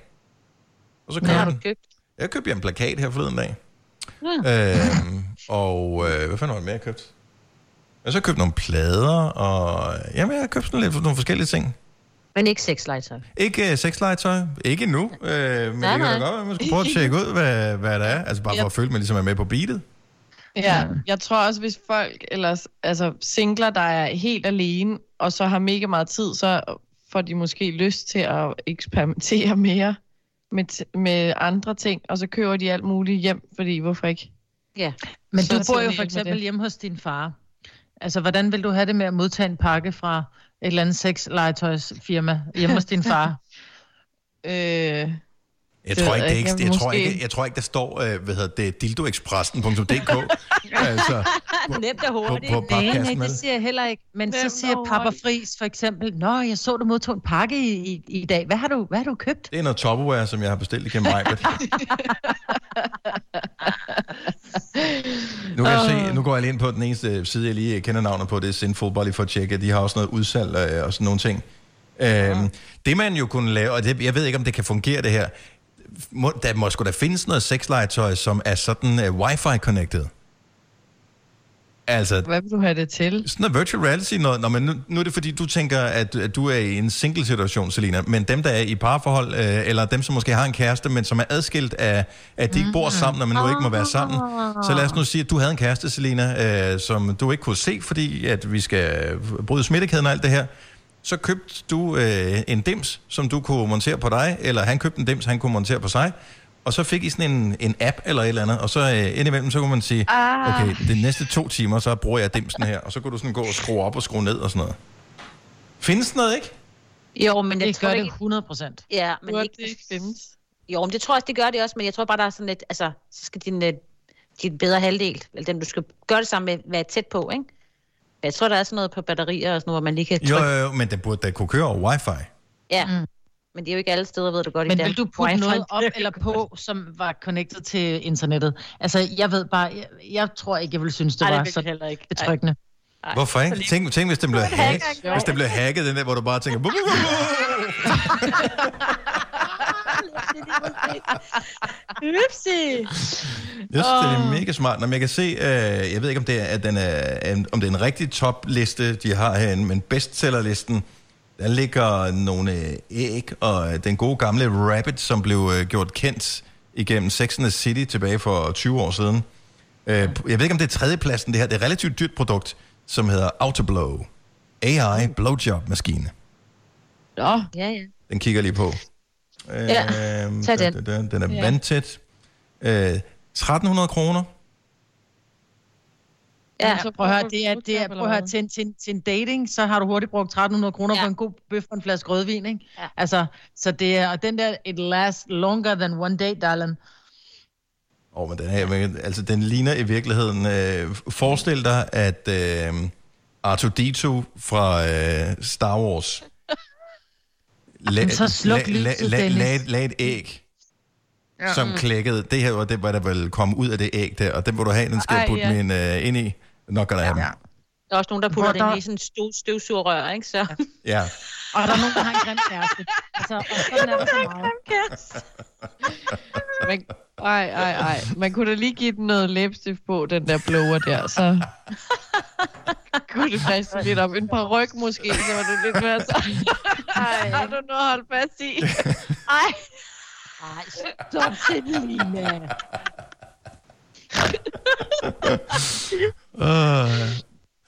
Speaker 1: Og så køber jeg den.
Speaker 4: købt?
Speaker 1: Jeg købte en plakat her forleden dag.
Speaker 4: Ja.
Speaker 1: Øhm, og øh, hvad fanden var det mere, jeg købte? Jeg har så købt nogle plader, og jamen, jeg har købt sådan lidt nogle forskellige ting.
Speaker 4: Men ikke sexlegetøj.
Speaker 1: Ikke øh, sexlegetøj, ikke endnu, øh, men
Speaker 4: Nej,
Speaker 1: det kan da
Speaker 4: nej.
Speaker 1: godt være, at man skal prøve at tjekke ud, hvad, hvad der er. Altså bare for
Speaker 3: Yep.
Speaker 1: at føle, at man ligesom er med på beatet.
Speaker 3: Ja, jeg tror også, hvis folk, eller altså singler, der er helt alene, og så har mega meget tid, så får de måske lyst til at eksperimentere mere med, t- med andre ting, og så køber de alt muligt hjem, fordi hvorfor ikke?
Speaker 4: Ja.
Speaker 2: Men
Speaker 3: Så
Speaker 2: du
Speaker 3: er
Speaker 2: bor jo for
Speaker 3: tingene ikke med
Speaker 2: eksempel
Speaker 3: det.
Speaker 2: hjemme hos din far. Altså, hvordan vil du have det med at modtage en pakke fra et eller andet sexlegetøjsfirma hjemme hos din far?
Speaker 3: øh,
Speaker 1: Jeg
Speaker 2: Det
Speaker 1: tror ikke,
Speaker 2: ved
Speaker 1: det
Speaker 2: jeg
Speaker 1: er,
Speaker 2: ikke,
Speaker 1: ikke, jeg tror
Speaker 2: måske.
Speaker 1: ikke, jeg tror ikke der står, øh, hvad hedder det, dildoexpressen.dk. altså,
Speaker 4: Nemt og hurtigt.
Speaker 1: på podcasten,
Speaker 2: nej,
Speaker 1: vel?
Speaker 2: det siger jeg heller ikke. Men
Speaker 4: Nemt
Speaker 2: så
Speaker 4: og
Speaker 2: siger Papa Fris for eksempel, Nå, jeg så, du modtog en pakke i, i, i dag. Hvad har du, hvad har du købt?
Speaker 1: det er noget topware, som jeg har bestilt igennem mig. Nu kan jeg se, nu går jeg lige ind på den eneste side, jeg lige kender navnet på, det er Sinful Body for at tjekke. De har også noget udsalg øh, og sådan nogle ting. Øhm, det man jo kunne lave, og det, jeg ved ikke, om det kan fungere det her, må, der må sgu da findes noget sexlegetøj, som er sådan øh, wifi-connected. Altså,
Speaker 3: Hvad vil du have det til?
Speaker 1: sådan noget virtual reality noget. Nå, men nu, nu er det fordi, du tænker, at, at du er i en single situation, Selina. Men dem, der er i parforhold, øh, eller dem, som måske har en kæreste, men som er adskilt af, at de ikke bor sammen, og man nu ikke må være sammen. Så lad os nu sige, at du havde en kæreste, Selina, øh, som du ikke kunne se, fordi at vi skal bryde smittekæden og alt det her. Så købte du øh, en dims, som du kunne montere på dig, eller han købte en dims, han kunne montere på sig. Og så fik I sådan en, en app eller et eller andet, og så øh, indimellem, så kunne man sige,
Speaker 3: Ah.
Speaker 1: okay, de næste to timer, så bruger jeg dimsen her, og så kunne du sådan gå og skrue op og skrue ned og sådan noget. Findes sådan noget, ikke?
Speaker 4: Jo, men jeg
Speaker 2: det
Speaker 4: tror
Speaker 2: gør det
Speaker 4: ikke-
Speaker 2: 100 procent.
Speaker 4: Ja, men
Speaker 3: Burde
Speaker 4: ikke...
Speaker 3: det ikke findes?
Speaker 4: Jo, men det tror jeg også, det gør det også, men jeg tror bare, der er sådan lidt, altså, så skal din, øh, din bedre halvdel, eller den, du skal gøre det sammen med, være tæt på, ikke? Men Jeg tror, der er sådan noget på batterier og sådan noget, hvor man lige kan
Speaker 1: Jo,
Speaker 4: trykke.
Speaker 1: jo, jo, men den burde da kunne køre over wifi.
Speaker 4: Ja, mm. men det er jo ikke alle steder, ved du godt. i
Speaker 2: Men
Speaker 4: Danmark.
Speaker 2: vil du putte
Speaker 4: Wi-Fi.
Speaker 2: noget op eller på, som var connected til internettet? Altså, jeg ved bare, jeg, jeg tror ikke, jeg ville synes, det
Speaker 4: Ej, det
Speaker 2: var
Speaker 4: vil
Speaker 2: så
Speaker 4: jeg heller ikke. Ej.
Speaker 2: betryggende.
Speaker 1: Hvorfor ikke? Tænk, tænk hvis den blev hacket,
Speaker 2: engang.
Speaker 1: hvis den blev hacket, den der, hvor du bare tænker... "Bup, bup, bup, bup."
Speaker 4: Upsi!
Speaker 1: Jeg synes, det er mega smart. Når jeg kan se, øh, jeg ved ikke, om det er, at den er, en- om det er en rigtig topliste, de har herinde, men bestsellerlisten, der ligger nogle øh, æg, og øh, den gode gamle Rabbit, som blev øh, gjort kendt igennem Sex and the City tilbage for 20 år siden. Øh, jeg ved ikke, om det er tredjepladsen, det her. Det er et relativt dyrt produkt, som hedder Autoblow. AI blowjob-maskine.
Speaker 3: Nå.
Speaker 4: Ja, ja.
Speaker 1: Den kigger jeg lige på. Øh,
Speaker 4: Ja, tag den.
Speaker 1: Den, den, den er
Speaker 4: Ja.
Speaker 1: ja. vandtæt. Øh, 1300 kroner.
Speaker 2: Ja, så prøv at høre, det er, det er, prøv at høre, til, en, til, en, til en dating, så har du hurtigt brugt 1300 kroner ja. på en god bøf og en flaske rødvin, ikke?
Speaker 4: Ja.
Speaker 2: Altså, så det er, og den der, it lasts longer than one day, darling.
Speaker 1: Åh, oh, men den her, men altså den ligner i virkeligheden, øh, forestil dig, at øh, R2-D2 fra øh, Star Wars la,
Speaker 2: Men så sluk
Speaker 1: la,
Speaker 2: lyset,
Speaker 1: la,
Speaker 2: Dennis.
Speaker 1: la, la, et æg, ja. som klækkede. Det her var det, var der ville komme ud af det æg der, og den vil du have, den skal
Speaker 4: Ej,
Speaker 1: jeg putte
Speaker 4: ja.
Speaker 1: ja. min øh, ind i. Nok gonna have ja.
Speaker 4: Der er også nogen, der
Speaker 2: Hvor
Speaker 4: putter det
Speaker 2: der-
Speaker 4: ind i sådan en støv, støvsugerrør, ikke? Så.
Speaker 1: ja.
Speaker 2: Og der er nogen, der har en grim kæreste. Altså, og sådan er der så meget.
Speaker 3: Man, ej, ej, ej. Man kunne da lige give den noget læbestift på, den der blower der, så... kunne det friste lidt op. En par ryg måske, så var det lidt mere så... Ej, har du noget at holde fast i? Ej.
Speaker 4: Ej, stop til Lina.
Speaker 1: Uh,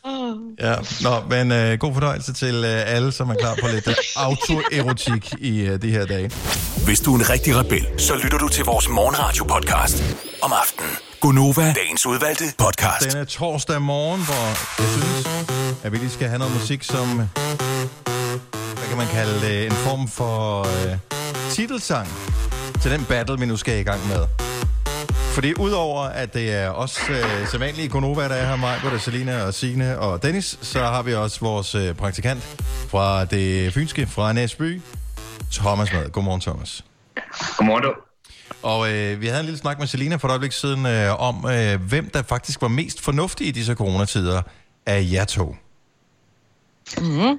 Speaker 3: Oh.
Speaker 1: ja. Nå, men øh, god fornøjelse til øh, alle, som er klar på lidt øh, autoerotik i øh, de her dage.
Speaker 12: Hvis du er en rigtig rebel, så lytter du til vores morgenradio-podcast om aftenen. Gunova, dagens udvalgte podcast.
Speaker 1: Denne torsdag morgen, hvor jeg synes, at vi lige skal have noget musik, som, hvad kan man kalde det, en form for øh, titelsang til den battle, vi nu skal i gang med. Fordi udover at det er os øh, sædvanlige Gonova, der er her, mig, både Selina og Signe og Dennis, så har vi også vores øh, praktikant fra det fynske, fra Næsby, Thomas Mad. Godmorgen, Thomas.
Speaker 13: Godmorgen, du.
Speaker 1: Og øh, vi havde en lille snak med Selina for et øjeblik siden øh, om, øh, hvem der faktisk var mest fornuftig i disse coronatider af jer to.
Speaker 3: Mm.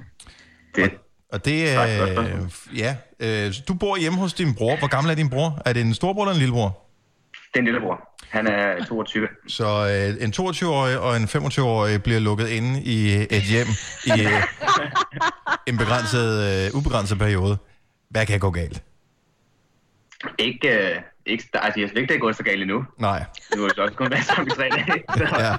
Speaker 1: Det. Og det er... Øh, ja, øh, du bor hjemme hos din bror. Hvor gammel er din bror? Er det en storbror eller en lillebror?
Speaker 13: Det er en lillebror. Han er 22.
Speaker 1: Så øh, en 22-årig og en 25-årig bliver lukket inde i et hjem i øh, en begrænset, øh, ubegrænset periode. Hvad kan gå galt?
Speaker 13: Ikke, øh, ikke, altså, jeg synes ikke, det er gået så galt endnu.
Speaker 1: Nej.
Speaker 13: Nu har det også kun været sammen i tre dage. Så.
Speaker 1: Ja.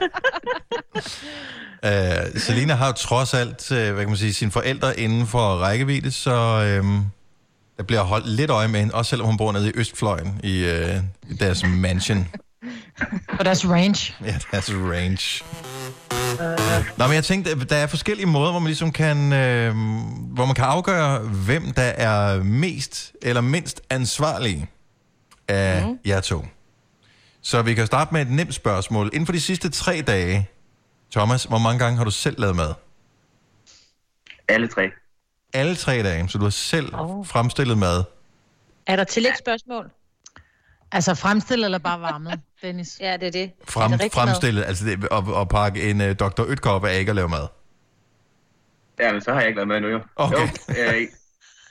Speaker 1: Øh, Selina har jo trods alt, øh, hvad kan man sige, sine forældre inden for rækkevidde, så øh, der bliver holdt lidt øje med hende, også selvom hun bor nede i Østfløjen i øh, i deres mansion.
Speaker 2: På deres range.
Speaker 1: Ja, deres range. Nå, men jeg tænkte, at der er forskellige måder, hvor man ligesom kan, øh, hvor man kan afgøre, hvem der er mest eller mindst ansvarlig af mm. jer to. Så vi kan starte med et nemt spørgsmål. Inden for de sidste tre dage, Thomas, hvor mange gange har du selv lavet mad?
Speaker 13: Alle tre.
Speaker 1: Alle tre dage, så du har selv oh. fremstillet mad.
Speaker 4: Er der tillægsspørgsmål?
Speaker 2: Altså fremstillet eller bare varmet, Dennis?
Speaker 4: Ja, det er det.
Speaker 1: Frem,
Speaker 4: er
Speaker 1: det
Speaker 4: rigtig
Speaker 1: fremstillet, altså det, og, og pakke en uh, Dr. Ytker af ikke at lave mad.
Speaker 13: Ja, men så har jeg ikke været med endnu, jo.
Speaker 1: Okay.
Speaker 13: jo øh,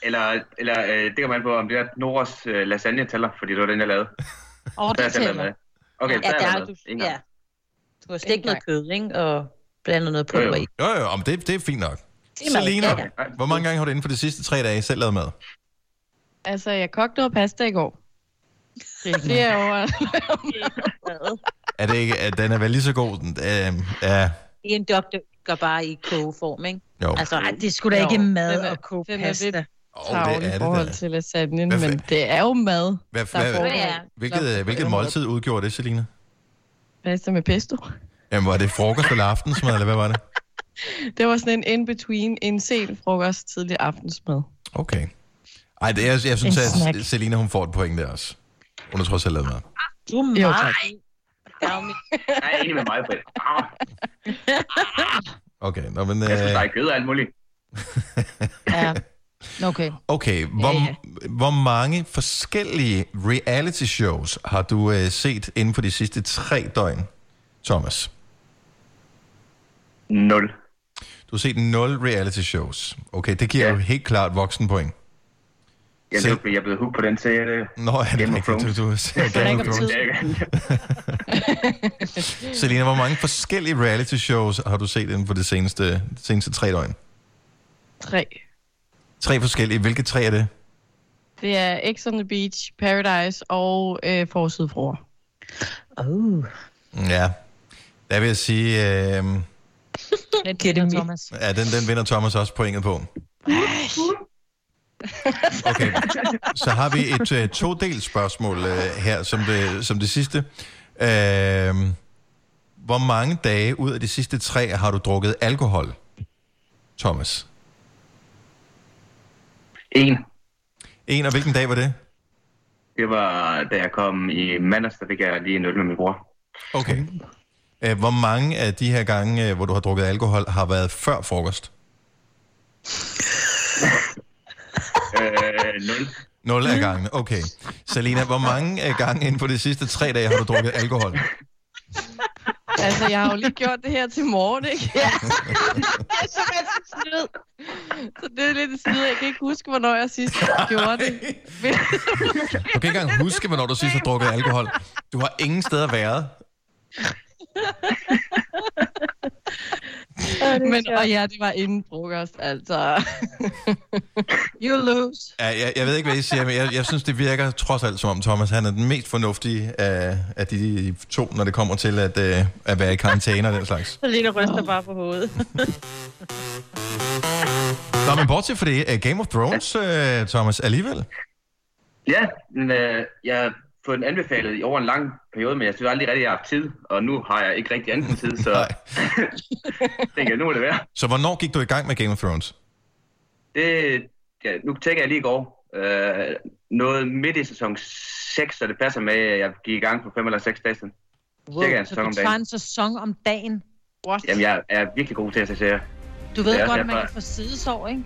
Speaker 13: eller eller øh, det kan man på, om det er Noras øh, lasagne tæller, fordi det var den, jeg lavede.
Speaker 2: Åh,
Speaker 13: Så har jeg selv været med. Okay,
Speaker 4: ja,
Speaker 13: så
Speaker 4: der
Speaker 13: har
Speaker 4: er
Speaker 13: jeg
Speaker 4: du,
Speaker 13: været med.
Speaker 4: ja. du har stegt noget kød, ikke? Og blandet noget pulver i.
Speaker 1: Jo, jo, om det, det er fint nok.
Speaker 4: Det er meget-
Speaker 1: Selina,
Speaker 4: ja, ja.
Speaker 1: hvor mange gange har du inden for de sidste tre dage selv lavet mad?
Speaker 3: Altså, jeg kogte noget pasta i går. Det er over.
Speaker 1: Er det ikke, at den er vel lige så god? Den, øh, ja,
Speaker 4: I en doktor går bare i kogeform, ikke?
Speaker 1: Jo.
Speaker 2: Ej, det er sgu da ikke mad
Speaker 3: den er-
Speaker 2: at koge
Speaker 3: den Altså, er
Speaker 2: pasta.
Speaker 3: lidt
Speaker 1: det er
Speaker 3: travl i
Speaker 1: det
Speaker 3: forhold
Speaker 1: da.
Speaker 3: til lasagnen,
Speaker 1: Hvad
Speaker 3: men det er jo mad.
Speaker 1: hvad,
Speaker 3: der
Speaker 1: hvad,
Speaker 3: foregår.
Speaker 1: hvilket, hvilket måltid udgjorde det, Selina?
Speaker 3: Pasta med pesto.
Speaker 1: Jamen, var det frokost eller aftensmad, eller hvad var det?
Speaker 3: Det var sådan en in-between, en sen frokost, tidlig aftensmad.
Speaker 1: Okay. Ej, det, jeg, jeg synes,
Speaker 3: En snack.
Speaker 1: at Selina, hun får et point der også. Hun har trods alt lavet mad.
Speaker 4: Du er
Speaker 3: Jo, tak.
Speaker 13: Jeg er enig med mig, Britt. Ah,
Speaker 1: Okay, nå, men...
Speaker 13: Jeg synes,
Speaker 1: Øh,
Speaker 13: der er kød og alt muligt.
Speaker 2: Ja. Okay.
Speaker 1: okay, hvor, hvor mange forskellige reality shows har du øh, set inden for de sidste tre døgn, Thomas?
Speaker 13: Nul.
Speaker 1: Du har set nul reality shows. Okay, det giver ja. jo helt klart voksen point.
Speaker 13: Jeg,
Speaker 1: Så-
Speaker 13: så... jeg er blevet hooked på den serie.
Speaker 1: Nå, er det
Speaker 13: Game of
Speaker 1: rigtigt,
Speaker 13: Thrones.
Speaker 1: du, du ser Game of Thrones. Selina, hvor mange forskellige reality shows har du set inden for de seneste, de seneste tre døgn?
Speaker 3: Tre.
Speaker 1: Tre forskellige. Hvilke tre er det?
Speaker 3: Det er X on the Beach, Paradise og øh, Forsidefruer.
Speaker 4: Oh.
Speaker 1: Ja, der vil jeg sige, øh,
Speaker 2: Den vinder Thomas.
Speaker 1: ja, den, den vinder Thomas også pointet på. Okay, så har vi et øh, todelt spørgsmål øh, her som det, som det sidste. Øh, hvor mange dage ud af de sidste tre har du drukket alkohol, Thomas?
Speaker 13: En.
Speaker 1: En, og hvilken dag var det?
Speaker 13: Det var, da jeg kom i mandags, der fik jeg lige en øl med min bror.
Speaker 1: Okay. Øh, Hvor mange af de her gange, øh, hvor du har drukket alkohol, har været før frokost?
Speaker 13: Øh, nul.
Speaker 1: Nul af gangene. Okay. Selina, hvor mange af gange inden for de sidste tre dage har du drukket alkohol?
Speaker 3: Altså, jeg har jo lige gjort det her til morgen, ikke? Ja.
Speaker 6: Jeg er så
Speaker 3: snyd. Så det er lidt en snyd. Jeg kan ikke huske, hvornår jeg sidst gjorde det. Men,
Speaker 1: Du kan ikke engang huske, hvornår du sidst har drukket alkohol. Du har ingen steder været.
Speaker 3: men og ja, det var inden frokost, altså. you lose.
Speaker 1: Ja, jeg, jeg ved ikke, hvad I siger, men jeg, jeg synes, det virker trods alt, som om Thomas han er den mest fornuftige af, af de to, når det kommer til at, øh, at være i karantæne og den slags.
Speaker 4: Lene ryster bare på hovedet.
Speaker 1: Nå, men bortset fra det, øh, Game of Thrones, øh, Thomas, alligevel.
Speaker 13: Ja, men, øh, jeg har fået den anbefalet i over en lang periode, men jeg synes aldrig rigtig, jeg har haft tid. Og nu har jeg ikke rigtig anden tid, så tænker jeg, nu må det være.
Speaker 1: Så hvornår gik du i gang med Game of Thrones?
Speaker 13: Det, ja, nu tænker jeg lige i går. Øh, noget midt i sæson 6, så det passer med, at jeg gik i gang for 5 eller 6 dage siden.
Speaker 2: Wow,
Speaker 13: Cirka en
Speaker 2: så
Speaker 13: sæson om
Speaker 2: du tager
Speaker 13: dagen.
Speaker 2: en sæson om dagen. What?
Speaker 13: Jamen, jeg er virkelig god til at se serier.
Speaker 2: Du
Speaker 13: Det
Speaker 2: ved
Speaker 13: er
Speaker 2: godt,
Speaker 13: også
Speaker 2: at man
Speaker 13: derfor-
Speaker 2: kan få sidesår, ikke?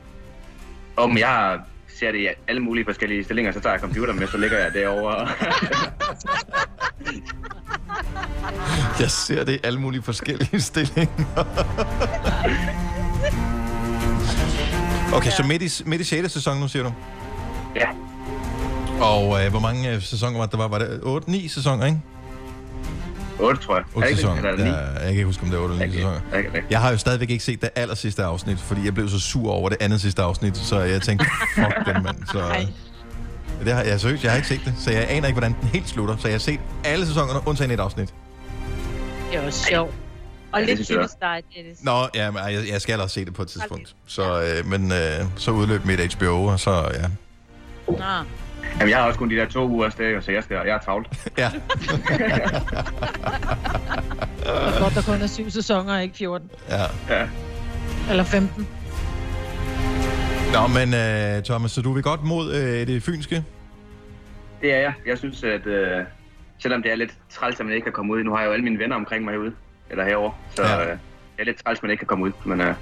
Speaker 13: Om jeg ser det i alle mulige forskellige stillinger, så tager jeg computer med, så ligger jeg derovre.
Speaker 1: Jeg ser det i alle mulige forskellige stillinger. Okay, så midt i, midt i 6. sæson nu, siger du?
Speaker 13: Ja.
Speaker 1: Og øh, hvor mange øh, sæsoner var det, der var? Var det 8-9 sæsoner, ikke?
Speaker 13: 8, tror jeg.
Speaker 1: 8
Speaker 13: Er det ikke-
Speaker 1: sæsoner.
Speaker 13: eller er det
Speaker 1: Ja,
Speaker 13: ni?
Speaker 1: jeg kan ikke huske, om det var 8 eller 9 sæsoner. Jeg har jo stadigvæk ikke set det aller sidste afsnit, fordi jeg blev så sur over det andet sidste afsnit, så jeg tænkte, fuck den mand. Så, øh, det har, jeg, seriøst, jeg har ikke set det, så jeg aner ikke, hvordan den helt slutter. Så jeg har set alle sæsonerne, undtagen et afsnit.
Speaker 4: Det var sjovt. Og
Speaker 1: Ja, det
Speaker 4: lidt
Speaker 1: synes jeg.
Speaker 4: typisk dig, Dennis.
Speaker 1: Nå, ja, men jeg, jeg skal også se det på et tidspunkt. Så, øh, men øh, så udløb mit HBO, og så, ja.
Speaker 4: Nå.
Speaker 13: Jamen, jeg har også kun de der to uger stadig, så jeg, skal, jeg er travlt.
Speaker 1: ja.
Speaker 2: Det er godt, der kun er syv sæsoner, ikke 14.
Speaker 1: ja.
Speaker 13: ja.
Speaker 2: Eller 15.
Speaker 1: Nå, men øh, Thomas, så du vil godt mod øh, det fynske?
Speaker 13: Det er jeg. Jeg synes, at øh, selvom det er lidt træls, at man ikke kan komme ud, nu har jeg jo alle mine venner omkring mig herude, eller herovre, så ja. øh, det er lidt træls, at man ikke kan komme ud, men øh,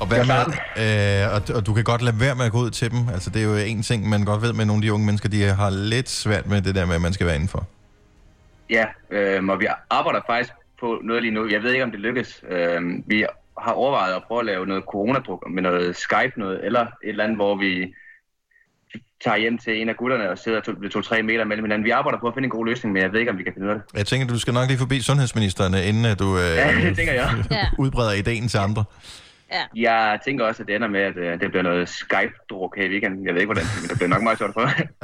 Speaker 1: Og, hvad med, øh, og, og du kan godt lade være med at gå ud til dem. Altså, det er jo en ting, man godt ved med nogle af de unge mennesker, de har lidt svært med det der med, at man skal være indenfor.
Speaker 13: ja, øh, og vi arbejder faktisk på noget lige nu. Jeg ved ikke, om det lykkes. Øh, vi har overvejet at prøve at lave noget coronadruk med noget Skype noget, eller et eller andet, hvor vi tager hjem til en af gutterne og sidder to- ved to-tre meter mellem hinanden. Vi arbejder på at finde en god løsning, men jeg ved ikke, om vi kan finde ud af det.
Speaker 1: Jeg tænker, du skal nok lige forbi sundhedsministeren, øh, inden at du øh,
Speaker 13: Ja, det tænker jeg.
Speaker 4: Ja.
Speaker 1: udbreder ideen til andre.
Speaker 4: Ja.
Speaker 13: Jeg tænker også, at det ender med, at øh, det bliver noget Skype-druk her i weekenden. Jeg ved ikke, hvordan, men det bliver nok meget sjovt for.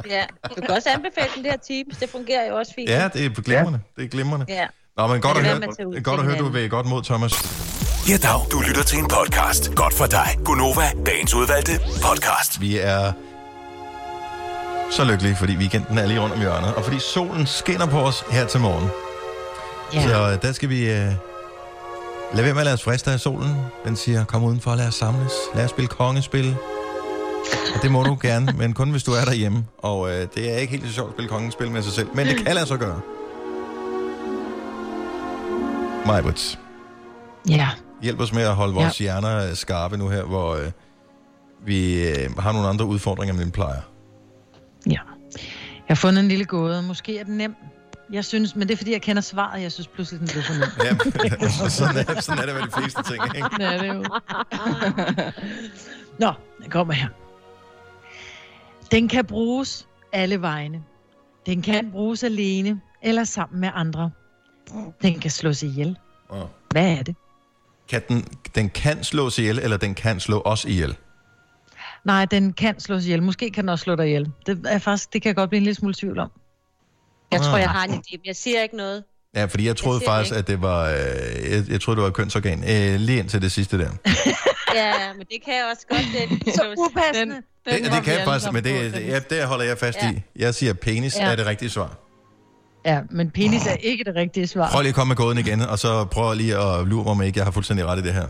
Speaker 4: Ja, du kan også anbefale den der Teams. Det fungerer jo også fint.
Speaker 1: Ja, det er glimrende. Det er glimrende.
Speaker 4: Ja.
Speaker 1: Nå, men godt
Speaker 4: Det
Speaker 1: at
Speaker 4: er
Speaker 1: høre,
Speaker 4: hvad man tager ud til
Speaker 1: godt at høre du er
Speaker 4: hinanden.
Speaker 1: ved godt mod, Thomas.
Speaker 12: Ja, dag. Du lytter til en podcast. Godt for dig. Gunova, dagens udvalgte podcast.
Speaker 1: Vi er så lykkelige, fordi weekenden er lige rundt om hjørnet, og fordi solen skinner på os her til morgen.
Speaker 2: Ja.
Speaker 1: Så der skal vi øh, lade være med at lade os friste af solen. Den siger, kom udenfor, lad os samles, lad os spille kongespil. Og det må du gerne, men kun hvis du er derhjemme. Og øh, det er ikke helt så sjovt at spille kongespil med sig selv, men det kan lade sig gøre. Majbrits.
Speaker 2: Ja.
Speaker 1: Hjælp os med at holde vores ja. hjerner øh, skarpe nu her, hvor øh, vi øh, har nogle andre udfordringer, end vi plejer.
Speaker 2: Jeg har fundet en lille gåde. Måske er den nem. Jeg synes, men det er fordi, jeg kender svaret. Jeg synes pludselig, den blev for nem.
Speaker 1: Ja, men sådan er, sådan er det med de fleste ting, ikke?
Speaker 2: Ja, det er jo. Nå, den kommer her. Den kan bruges alle vegne. Den kan bruges alene eller sammen med andre. Den kan slås ihjel.
Speaker 1: Wow.
Speaker 2: Hvad er det?
Speaker 1: Kan den, den kan slås ihjel, eller den kan slå os ihjel?
Speaker 2: Nej, den kan slås ihjel. Måske kan den også slå dig ihjel. Det, er faktisk, det kan jeg godt blive en lille smule tvivl om.
Speaker 4: Jeg tror,
Speaker 1: Ah.
Speaker 4: jeg har en idé, men jeg siger ikke noget.
Speaker 1: Ja, fordi jeg troede
Speaker 4: Jeg
Speaker 1: jeg faktisk,
Speaker 4: ser det
Speaker 1: at det var... Øh, jeg, jeg troede, det var et kønsorgan. Øh, lige indtil det sidste der.
Speaker 4: Ja, men det kan jeg også godt. Det, så upassende. Den,
Speaker 1: Det, det kan jeg faktisk, men det, ja, det holder jeg fast ja. i. Jeg siger, penis
Speaker 2: Ja.
Speaker 1: ja. er det rigtige svar.
Speaker 2: Ja, men penis er ikke det rigtige svar.
Speaker 1: Prøv lige at komme med gåden igen, og så prøv lige at lure mig, om ikke jeg har fuldstændig ret i det her.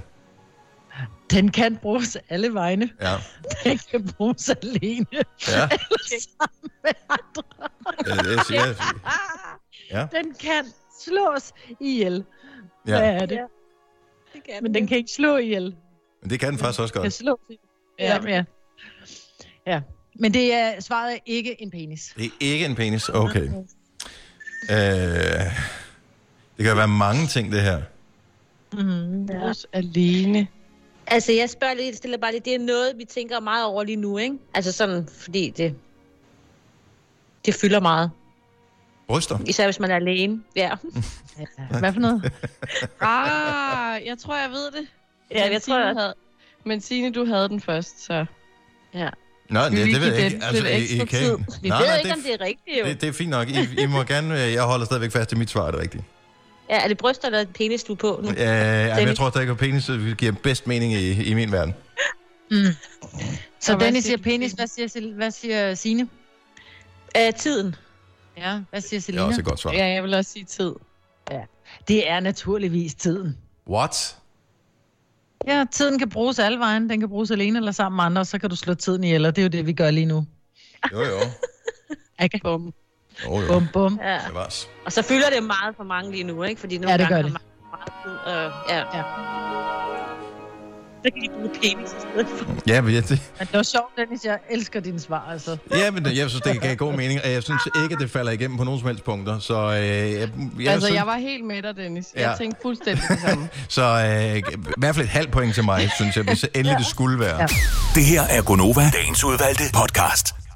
Speaker 2: Den kan bruges alle vegne.
Speaker 1: Ja.
Speaker 2: Den kan bruges alene.
Speaker 1: Ja.
Speaker 2: Eller sammen med andre.
Speaker 1: Ja, det siger jeg. Ja.
Speaker 2: Den kan slås ihjel.
Speaker 1: Ja.
Speaker 2: Ja. Hvad er det?
Speaker 4: Ja.
Speaker 2: Men den kan ikke slå ihjel.
Speaker 1: Men det kan den faktisk også
Speaker 2: Den kan
Speaker 1: godt.
Speaker 2: slå ihjel. Ja, ja. ja. Men det er, svaret er ikke en penis.
Speaker 1: Det er ikke en penis. Okay. Øh, det kan jo være mange ting, det her.
Speaker 2: Mm, ja. alene.
Speaker 4: Altså, jeg spørger lige, stiller bare lige, det er noget, vi tænker meget over lige nu, ikke? Altså sådan, fordi det, det fylder meget.
Speaker 1: Bryster.
Speaker 4: Især hvis man er alene. Ja.
Speaker 2: Hvad for noget?
Speaker 3: Ah, jeg tror, jeg ved det.
Speaker 4: Ja, jeg tror, jeg-
Speaker 3: havde... Men Signe, du havde den først, så...
Speaker 4: Ja.
Speaker 1: Nå, det,
Speaker 3: Vi vil
Speaker 1: det ved
Speaker 3: give
Speaker 1: jeg
Speaker 3: den
Speaker 1: ikke. Altså,
Speaker 3: lidt
Speaker 1: I, I
Speaker 3: ekstra
Speaker 1: kan...
Speaker 3: tid.
Speaker 4: Vi
Speaker 1: Nej,
Speaker 4: ved
Speaker 1: nej,
Speaker 4: ikke, om det er rigtigt, jo.
Speaker 1: Det, det er fint nok. I, I må gerne... øh, Jeg holder stadigvæk fast i mit svar, er det rigtigt.
Speaker 4: Ja, er det bryster eller penis, du er på nu?
Speaker 1: Øh, ej, men jeg
Speaker 4: Dennis.
Speaker 1: tror stadig, at penis øh, giver bedst mening i, i min verden.
Speaker 2: Mm. Så
Speaker 4: Og hvad
Speaker 2: Dennis
Speaker 4: siger
Speaker 2: siger penis. Hvad siger, Sil- hvad siger Signe?
Speaker 4: Æ, tiden.
Speaker 2: Ja, hvad siger
Speaker 1: Det
Speaker 2: Selina?
Speaker 1: er også et godt svar.
Speaker 3: Ja, jeg vil også sige tid.
Speaker 2: Ja. Det er naturligvis tiden.
Speaker 1: What?
Speaker 2: Ja, tiden kan bruges alle vejen. Den kan bruges alene eller sammen med andre, og så kan du slå tiden ihjel, og det er jo det, vi gør lige nu.
Speaker 1: Jo, jo.
Speaker 2: Okay.
Speaker 4: Bum.
Speaker 1: Jo, jo.
Speaker 2: Bum, bum.
Speaker 4: Ja.
Speaker 1: Bevares.
Speaker 4: Og så fylder det meget for mange lige nu, ikke? Fordi nogle
Speaker 2: Ja, det
Speaker 4: gange
Speaker 2: gør
Speaker 4: har man meget tid, øh, ja.
Speaker 2: ja.
Speaker 4: Så kan de bruge penis i stedet for.
Speaker 1: Ja, men jeg, det,
Speaker 2: Men det var sjovt, Dennis. Jeg elsker dine svar, altså.
Speaker 1: ja, men jeg synes, det gav god mening, og jeg synes ikke, at det falder igennem på nogen som helst punkter. Så, øh, jeg, jeg,
Speaker 3: altså,
Speaker 1: synes,
Speaker 3: jeg var helt med dig, Dennis. Jeg
Speaker 1: Ja.
Speaker 3: tænkte fuldstændig det samme.
Speaker 1: så øh, i hvert fald et halvt point til mig, synes jeg, hvis endelig det skulle være.
Speaker 3: Ja.
Speaker 12: Det her er Gonova, dagens udvalgte podcast.